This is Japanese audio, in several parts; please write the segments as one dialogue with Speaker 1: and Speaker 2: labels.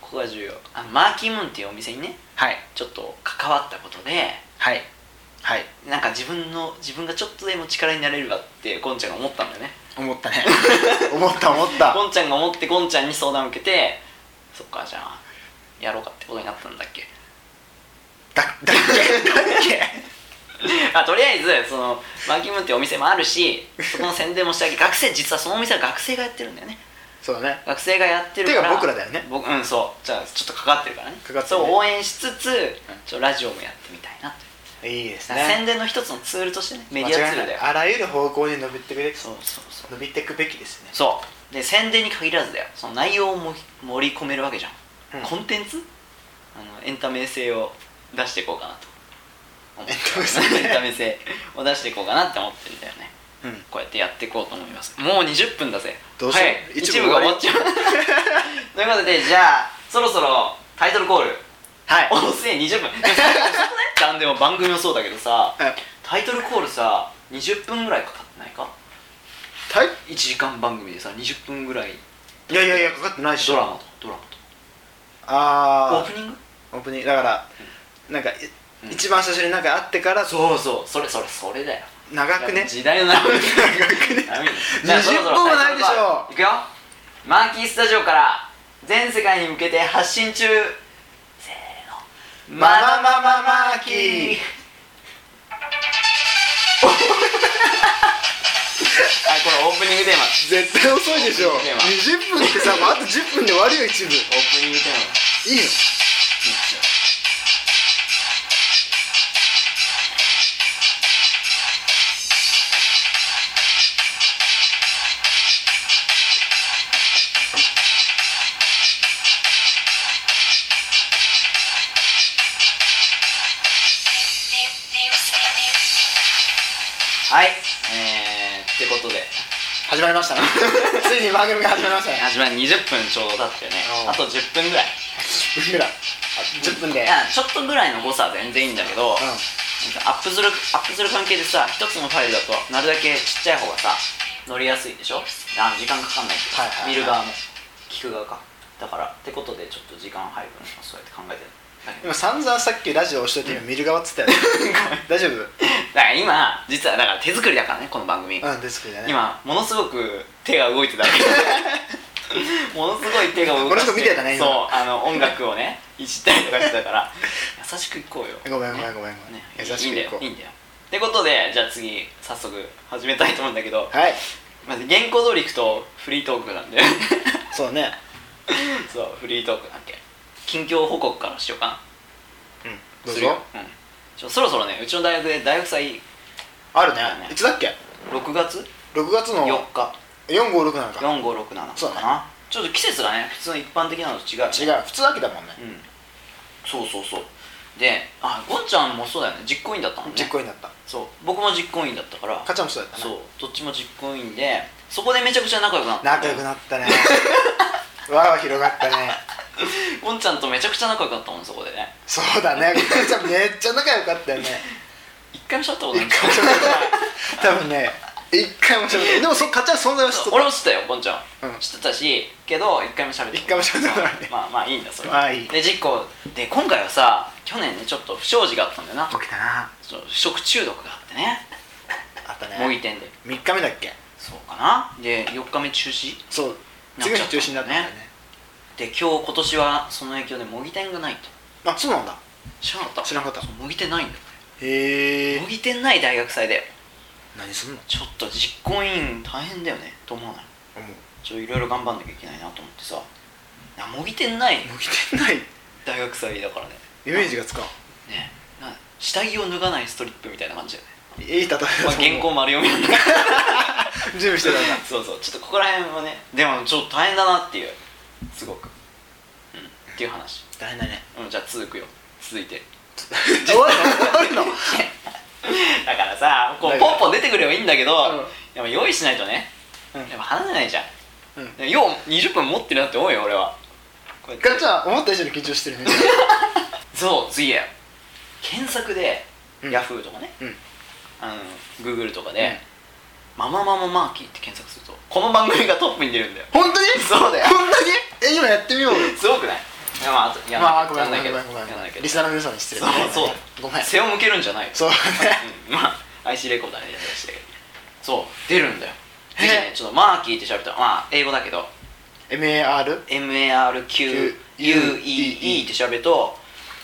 Speaker 1: こが重要あマーキームーンっていうお店にね
Speaker 2: はい
Speaker 1: ちょっと関わったことで
Speaker 2: はいはい
Speaker 1: なんか自分の自分がちょっとでも力になれればってゴンちゃんが思ったんだよね
Speaker 2: 思ったね 思った思った
Speaker 1: ゴンちゃんが思ってゴンちゃんに相談を受けてそっかじゃあやろうかってことになったんだっけ
Speaker 2: だだっけだっけ
Speaker 1: あとりあえずそのマーキームーンっていうお店もあるしそこの宣伝もしてあげ 学生実はそのお店は学生がやってるんだよね
Speaker 2: そうだね
Speaker 1: 学生がやってるから
Speaker 2: てか僕らだよね
Speaker 1: 僕うんそうじゃあちょっとかかってるからね
Speaker 2: かかってるね
Speaker 1: そう応援しつつちょっとラジオもやってみたいなと
Speaker 2: いいです
Speaker 1: 宣
Speaker 2: ね
Speaker 1: 伝の一つのツールとしてねメ
Speaker 2: 間
Speaker 1: ディ
Speaker 2: 違
Speaker 1: ア
Speaker 2: い
Speaker 1: ツールだよ
Speaker 2: ないあらゆる方向に伸びてくべき
Speaker 1: そうそうそう
Speaker 2: 伸びてくべきですね
Speaker 1: そうで宣伝に限らずだよその内容をも盛り込めるわけじゃん、
Speaker 2: うん
Speaker 1: コンテンツあのエンタメ性を出していこうかなと思って
Speaker 2: エンタメ性ね
Speaker 1: エンタメ性を出していこうかなって思ってるんだよね
Speaker 2: うん
Speaker 1: こうやってやっていこうと思いますもう20分だぜ
Speaker 2: どうしよう
Speaker 1: はい、
Speaker 2: 一
Speaker 1: 一
Speaker 2: 部
Speaker 1: 部が終わっちゃう ということでじゃあそろそろタイトルコール
Speaker 2: はい
Speaker 1: 音声20分 なんでも番組もそうだけどさ
Speaker 2: え
Speaker 1: タイトルコールさ20分ぐらいかかってないか
Speaker 2: たい
Speaker 1: 1時間番組でさ20分ぐらい
Speaker 2: いやいやいやかかってないっし
Speaker 1: ド
Speaker 2: ょ
Speaker 1: ラマとドラマとオー
Speaker 2: あ
Speaker 1: プニング
Speaker 2: あオープニングだからなんかい
Speaker 1: うん
Speaker 2: 一番最初になんかあってから
Speaker 1: そうそうそれそれそれだよ
Speaker 2: 長くね
Speaker 1: 時代の波
Speaker 2: 長くね
Speaker 1: 波
Speaker 2: 20分もないでしょ
Speaker 1: いくよマーキースタジオから全世界に向けて発信中せーの
Speaker 2: マママママーキ ー
Speaker 1: はいこれオープニングテー マ
Speaker 2: 絶対遅いでしょ
Speaker 1: オープニングテ
Speaker 2: 20分ってさもうあと10分で終わるよ一部い
Speaker 1: オープニングテーマ
Speaker 2: いの
Speaker 1: はいえー、ってことで
Speaker 2: 始まりましたね ついに番組が始まりましたね
Speaker 1: 始まり20分ちょうど経ってね
Speaker 2: おう
Speaker 1: あと10分ぐらい
Speaker 2: 10分ぐらいあ10分で
Speaker 1: いやちょっとぐらいの誤差は全然いいんだけど、
Speaker 2: うん
Speaker 1: アップするアップする関係でさ一つのファイルだとなるだけちっちゃい方がさ乗りやすいでしょあ時間かかんないって、
Speaker 2: はいはいはい
Speaker 1: 見る側も聞く側かだからってことでちょっと時間配分をそうやって考えてるだけど
Speaker 2: 今散々さっきラジオ押しといて今見る側っつ ったよね大丈夫
Speaker 1: だから今実はだから手作りだからねこの番組、
Speaker 2: うんですけどね
Speaker 1: 今ものすごく手が動いてたわ けものすごい手が動い
Speaker 2: 俺のとこ見てたね今
Speaker 1: そうあの音楽をねいじったりとかしてたから 優しくいこうよ
Speaker 2: ごめんごめんごめんごめん、
Speaker 1: ね、
Speaker 2: 優しくいこう
Speaker 1: いいんだよいいんだよってことでじゃあ次早速始めたいと思うんだけど
Speaker 2: はい
Speaker 1: まず原稿通りいくとフリートークなんで
Speaker 2: そうね
Speaker 1: そうフリートークなんけ近況報告からしようかな
Speaker 2: うんどう
Speaker 1: するよ
Speaker 2: ぞ
Speaker 1: うんちょそろそろねうちの大学で大学祭
Speaker 2: あるね
Speaker 1: あるね
Speaker 2: いつだっけ
Speaker 1: 6月
Speaker 2: 6月の
Speaker 1: 4日
Speaker 2: 456なのか
Speaker 1: 4567かな
Speaker 2: そうだ
Speaker 1: ちょっと季節がね普通の一般的なのと違う
Speaker 2: 違う普通秋だもんね
Speaker 1: うんそうそうそうであゴンちゃんもそうだよね実行委員だったもんね
Speaker 2: 実行になった
Speaker 1: そう僕も実行委員だったから
Speaker 2: かちゃんもそうだった
Speaker 1: そう
Speaker 2: ね
Speaker 1: どっちも実行委員でそこでめちゃくちゃ仲良くなった
Speaker 2: 仲良く なったねわは広がったね
Speaker 1: ゴンちゃんとめちゃくちゃ仲良くなったもんそこでね
Speaker 2: そうだねかちゃんめっちゃ仲良かったよね
Speaker 1: 一回もしゃったこと
Speaker 2: 一
Speaker 1: ない
Speaker 2: 回もしゃべってない多分ね一回もしゃべってないでもそかちゃん存在は知っとった
Speaker 1: 俺も知ってたよゴンちゃん、
Speaker 2: うん
Speaker 1: 知ってたしけど一回もしゃべって
Speaker 2: 一回も喋ってない
Speaker 1: そうまあまあいいんだそれは、
Speaker 2: まあいい
Speaker 1: で実行で今回はさ去年ねちょっと不祥事があったんだよな
Speaker 2: 起きたな
Speaker 1: そう食中毒があってね
Speaker 2: あったね
Speaker 1: 模擬店で
Speaker 2: 3日目だっけ
Speaker 1: そうかなで4日目中止
Speaker 2: そう
Speaker 1: なっ
Speaker 2: 次
Speaker 1: ちゃ
Speaker 2: の
Speaker 1: った
Speaker 2: 日中止になったんだよね
Speaker 1: で今日今年はその影響で模擬店がないと
Speaker 2: あそうなんだ
Speaker 1: 知らなかった
Speaker 2: 知らなかった
Speaker 1: そう模擬店ないんだよ
Speaker 2: へえ
Speaker 1: 模擬店ない大学祭だよ
Speaker 2: 何すんの
Speaker 1: ちょっと実行委員大変だよねと思わない
Speaker 2: 思う
Speaker 1: ちょっといろいろ頑張んなきゃいけないなと思ってさいや模擬店ない
Speaker 2: もう着て ない
Speaker 1: 大学祭だからね
Speaker 2: イメージがつかん
Speaker 1: ねな下着を脱がないストリップみたいな感じだ よね、
Speaker 2: いい例えだと
Speaker 1: まあ、
Speaker 2: 思う
Speaker 1: 原稿丸読みなんだ け
Speaker 2: 準備して
Speaker 1: ど
Speaker 2: たんだ
Speaker 1: そうそうちょっとここら辺はねでもちょっと大変だなっていうすごくうんっていう話
Speaker 2: 大変だね
Speaker 1: うんじゃあ続くよ続 いて
Speaker 2: 終わるの終わるの
Speaker 1: だからさこ
Speaker 2: だ
Speaker 1: う
Speaker 2: から
Speaker 1: ポンポン出てくればいいんだけど、
Speaker 2: うん
Speaker 1: でも用意しないとね
Speaker 2: うん
Speaker 1: やっぱ話せないじゃん
Speaker 2: うん
Speaker 1: でもよう20分持ってるなって思うよ俺はこうやって
Speaker 2: ガチャ思った以上に緊張してるね
Speaker 1: そう次だよ検索で、
Speaker 2: うん
Speaker 1: Yahoo とかね
Speaker 2: うん
Speaker 1: あの Google とかで、マママママーキー」って検索する とこの番組がトップに出るんだよ
Speaker 2: 本当に
Speaker 1: そうだよ
Speaker 2: 本当にえ今やってみようよ
Speaker 1: すごくないいやまああといや
Speaker 2: まあごめん
Speaker 1: や
Speaker 2: ごめ
Speaker 1: なんいけ
Speaker 2: ご
Speaker 1: ど
Speaker 2: めんごめん
Speaker 1: やんないけど
Speaker 2: リスナーの皆さんに失礼
Speaker 1: そうそう
Speaker 2: ごめん
Speaker 1: 背を向けるんじゃないよ
Speaker 2: そうね
Speaker 1: うんまあ IC レコーダーでやりましたけどそう出るんだよ
Speaker 2: へ
Speaker 1: ぜひねちょっとマーキーって調べたらまあ英語だけど
Speaker 2: MAR
Speaker 1: MARQUEE って調べると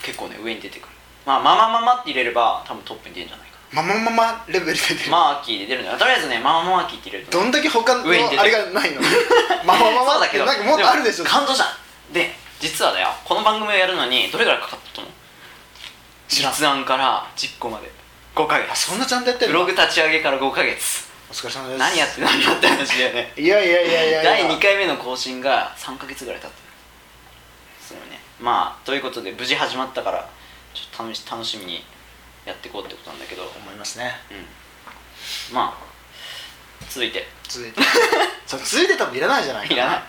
Speaker 1: 結構ね上に出てくるまあママママって入れれば多分トップに出るんじゃ ないか
Speaker 2: ままままレベルで出て
Speaker 1: な
Speaker 2: る、
Speaker 1: マーキーで出るんだよとりあえずねマママーキーって入れると
Speaker 2: どんだけ他の
Speaker 1: 上に出てる
Speaker 2: あれがないのままま
Speaker 1: そう
Speaker 2: ま
Speaker 1: だ
Speaker 2: っ
Speaker 1: け
Speaker 2: て
Speaker 1: ど
Speaker 2: なんかもっとあるでしょ
Speaker 1: も感動したで実はだよこの番組をやるのにどれぐらいかかったと思う
Speaker 2: 知らん
Speaker 1: 立案から実行まで5ヶ
Speaker 2: あ
Speaker 1: 月
Speaker 2: そんなちゃんとやって
Speaker 1: ブ
Speaker 2: る
Speaker 1: ロ
Speaker 2: の
Speaker 1: グ立ち上げから5ヶ月
Speaker 2: お疲れ様です
Speaker 1: 何やって何やって話だよね
Speaker 2: いやいやいやいやいや
Speaker 1: 第2回目の更新が3ヶ月ぐらい経ったそうよねまあということで無事始まったからちょっと楽し楽しみにやっていこうってことなんだけど
Speaker 2: 思いますね
Speaker 1: うんまあ続いて
Speaker 2: 続いて そう続いて多分いらないじゃないか
Speaker 1: いらない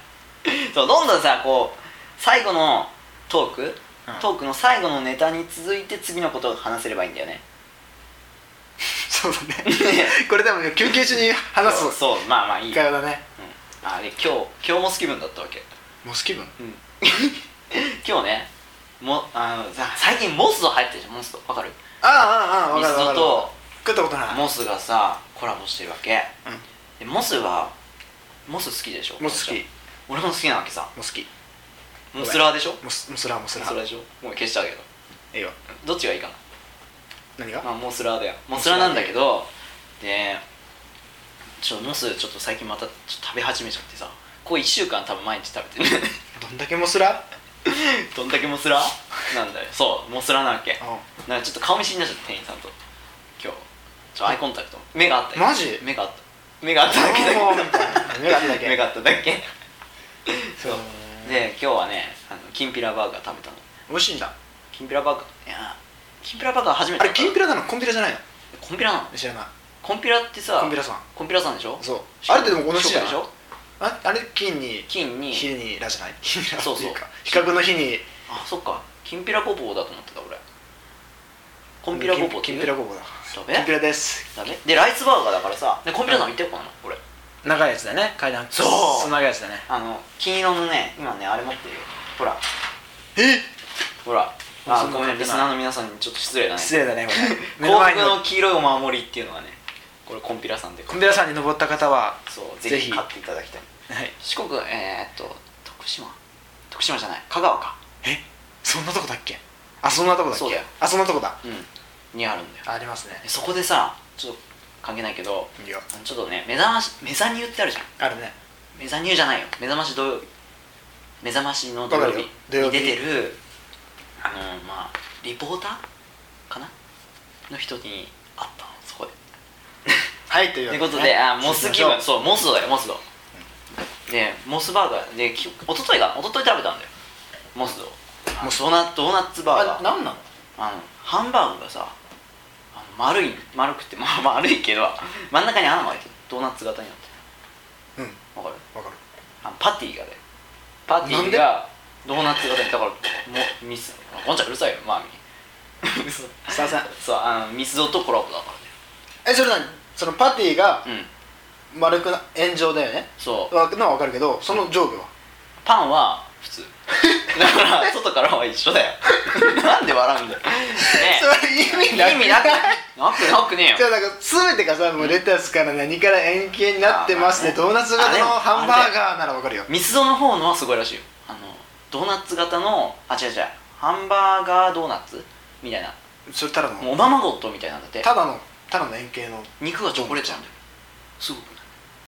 Speaker 1: そうどんどんさこう最後のトーク、トークの最後のネタに続いて次のことを話せればいいんだよね
Speaker 2: そうだねこれ多分休憩中に話
Speaker 1: そう
Speaker 2: す
Speaker 1: そうまあまあいい、うん、
Speaker 2: 会話だね
Speaker 1: あで今日今日も好き分だったわけ
Speaker 2: モス気分
Speaker 1: うん 今日ねもあのさ最近モスド流行ってるじゃんモスドわかる
Speaker 2: ああああああ分
Speaker 1: ミ
Speaker 2: かる
Speaker 1: スドと
Speaker 2: 分かる食ったことない
Speaker 1: モスがさコラボしてるわけ、
Speaker 2: うん
Speaker 1: でモスはモス好きでしょ
Speaker 2: モス好き
Speaker 1: 俺も好きなわけさ
Speaker 2: モスキ
Speaker 1: モスラーでしょモ
Speaker 2: モスモスラーモスラ
Speaker 1: スラー
Speaker 2: ー
Speaker 1: でしょもう消したけど
Speaker 2: ええよ
Speaker 1: どっちがいいかな
Speaker 2: 何が
Speaker 1: まあ、モスラーだよモスラーなんだけどでちょモスちょっと最近またちょっと食べ始めちゃってさここ1週間多分毎日食べて る
Speaker 2: どんだけモスラ
Speaker 1: どんだけモスラーなんだよそうモスラーなわけ
Speaker 2: う
Speaker 1: なんかちょっと顔見知りになっちゃった店員さんと今日ちょアイコンタクト目があったよ
Speaker 2: マジ
Speaker 1: 目があった目があっただけだけ
Speaker 2: おーみたいな目があっただけ
Speaker 1: 目があっただけ
Speaker 2: そう
Speaker 1: で今日はねあのきんぴらバーガー食べたの
Speaker 2: 美味しいんだ
Speaker 1: きんぴらバーガーいやきんぴらバーガー初めてだ
Speaker 2: あれ
Speaker 1: った
Speaker 2: きんぴらなのコンピラじゃないの
Speaker 1: コンピラなの
Speaker 2: 知らない
Speaker 1: コンピラってさ
Speaker 2: コンピラさん
Speaker 1: コンピラさんでしょ
Speaker 2: そうあれってでも同じじゃ
Speaker 1: で
Speaker 2: ない
Speaker 1: しょ
Speaker 2: ああれ金に
Speaker 1: 金に
Speaker 2: 火にラじゃない火にラ
Speaker 1: そうそう
Speaker 2: っていか比較の火に
Speaker 1: あそっかきんぴらごぼうだと思ってた俺コンピラごぼうって
Speaker 2: き
Speaker 1: い
Speaker 2: ん
Speaker 1: う
Speaker 2: ぴらごぼうだ
Speaker 1: ダ
Speaker 2: きんぴ
Speaker 1: メ
Speaker 2: らです
Speaker 1: ダメでライスバーガーだからさでコンピラさん行ってよかな俺
Speaker 2: 長いやつだね階段
Speaker 1: そう
Speaker 2: その長いやつだね
Speaker 1: あの金色のね今ねあれ持ってるよほら
Speaker 2: え
Speaker 1: ほら
Speaker 2: そ
Speaker 1: あ
Speaker 2: んな
Speaker 1: ごめん
Speaker 2: 買ってない
Speaker 1: リスナーの皆さんにちょっと失礼だね
Speaker 2: 失礼だね これ目の
Speaker 1: 幸
Speaker 2: 前に
Speaker 1: 福の黄色いお守りっていうのはねこれコンピラさんで
Speaker 2: コンピラさんに登った方は
Speaker 1: そう
Speaker 2: ぜ
Speaker 1: ぜ
Speaker 2: ひ
Speaker 1: ひ買っていただきたい
Speaker 2: はい
Speaker 1: 四国えー、っと徳島徳島じゃない香川か
Speaker 2: えそんなとこだっけあそんなとこだっけ
Speaker 1: そうだよ
Speaker 2: あそんなとこだ
Speaker 1: うんにあるんだよ
Speaker 2: ありますね
Speaker 1: でそこでさちょっと関係ないけど
Speaker 2: いいよ
Speaker 1: ちょっとね目覚まし目覚にってあるじゃん
Speaker 2: あるね
Speaker 1: 目覚にじゃないよ目覚まし土曜日目覚ましの土曜
Speaker 2: わかる
Speaker 1: 日
Speaker 2: よ
Speaker 1: に
Speaker 2: 土曜
Speaker 1: 出
Speaker 2: 日
Speaker 1: てるあのまあリポーターかなの人に会ったのそこで
Speaker 2: はいという
Speaker 1: と
Speaker 2: わ
Speaker 1: い
Speaker 2: け
Speaker 1: うことで、あモス気分
Speaker 2: そ
Speaker 1: そうモスドだよモスド、でモスバーガーでき一昨日が一昨日食べたんだよモスド
Speaker 2: モ
Speaker 1: モ
Speaker 2: ス
Speaker 1: スドーナドーナツバーガー
Speaker 2: 何なの
Speaker 1: あのハンバーグがさあの丸い丸くてまあ 丸いけど真ん中に穴が開いてるドーナツ型になって
Speaker 2: うん
Speaker 1: るわかる
Speaker 2: わかる
Speaker 1: あのパティがねパティがドーナツ型にだからもうミスゴンちゃんうるさいよマーミー
Speaker 2: すいません
Speaker 1: そうあのミスドとコラボだか
Speaker 2: えそれ何そのパティが
Speaker 1: らねうん
Speaker 2: 丸くな円状だよね
Speaker 1: そう
Speaker 2: わのはわかるけどその上部は
Speaker 1: パンは普通だから外からは一緒 だよなんで笑うんだよね
Speaker 2: それ意味なく
Speaker 1: 意味なくないなくなくねえよ
Speaker 2: じゃあなんか全てがさもうレタスから何から円形になってますね
Speaker 1: あまあ
Speaker 2: ドーナツ型の
Speaker 1: あ
Speaker 2: ハンバーガーならわかるよ
Speaker 1: ミスドの方のはすごいらしいよあのドーナツ型のあ違う違うハンバーガードーナツみたいな
Speaker 2: それただの
Speaker 1: もうおままごとみたいなんだって
Speaker 2: ただのただの円形の
Speaker 1: 肉がチョコレートなんだよすごくない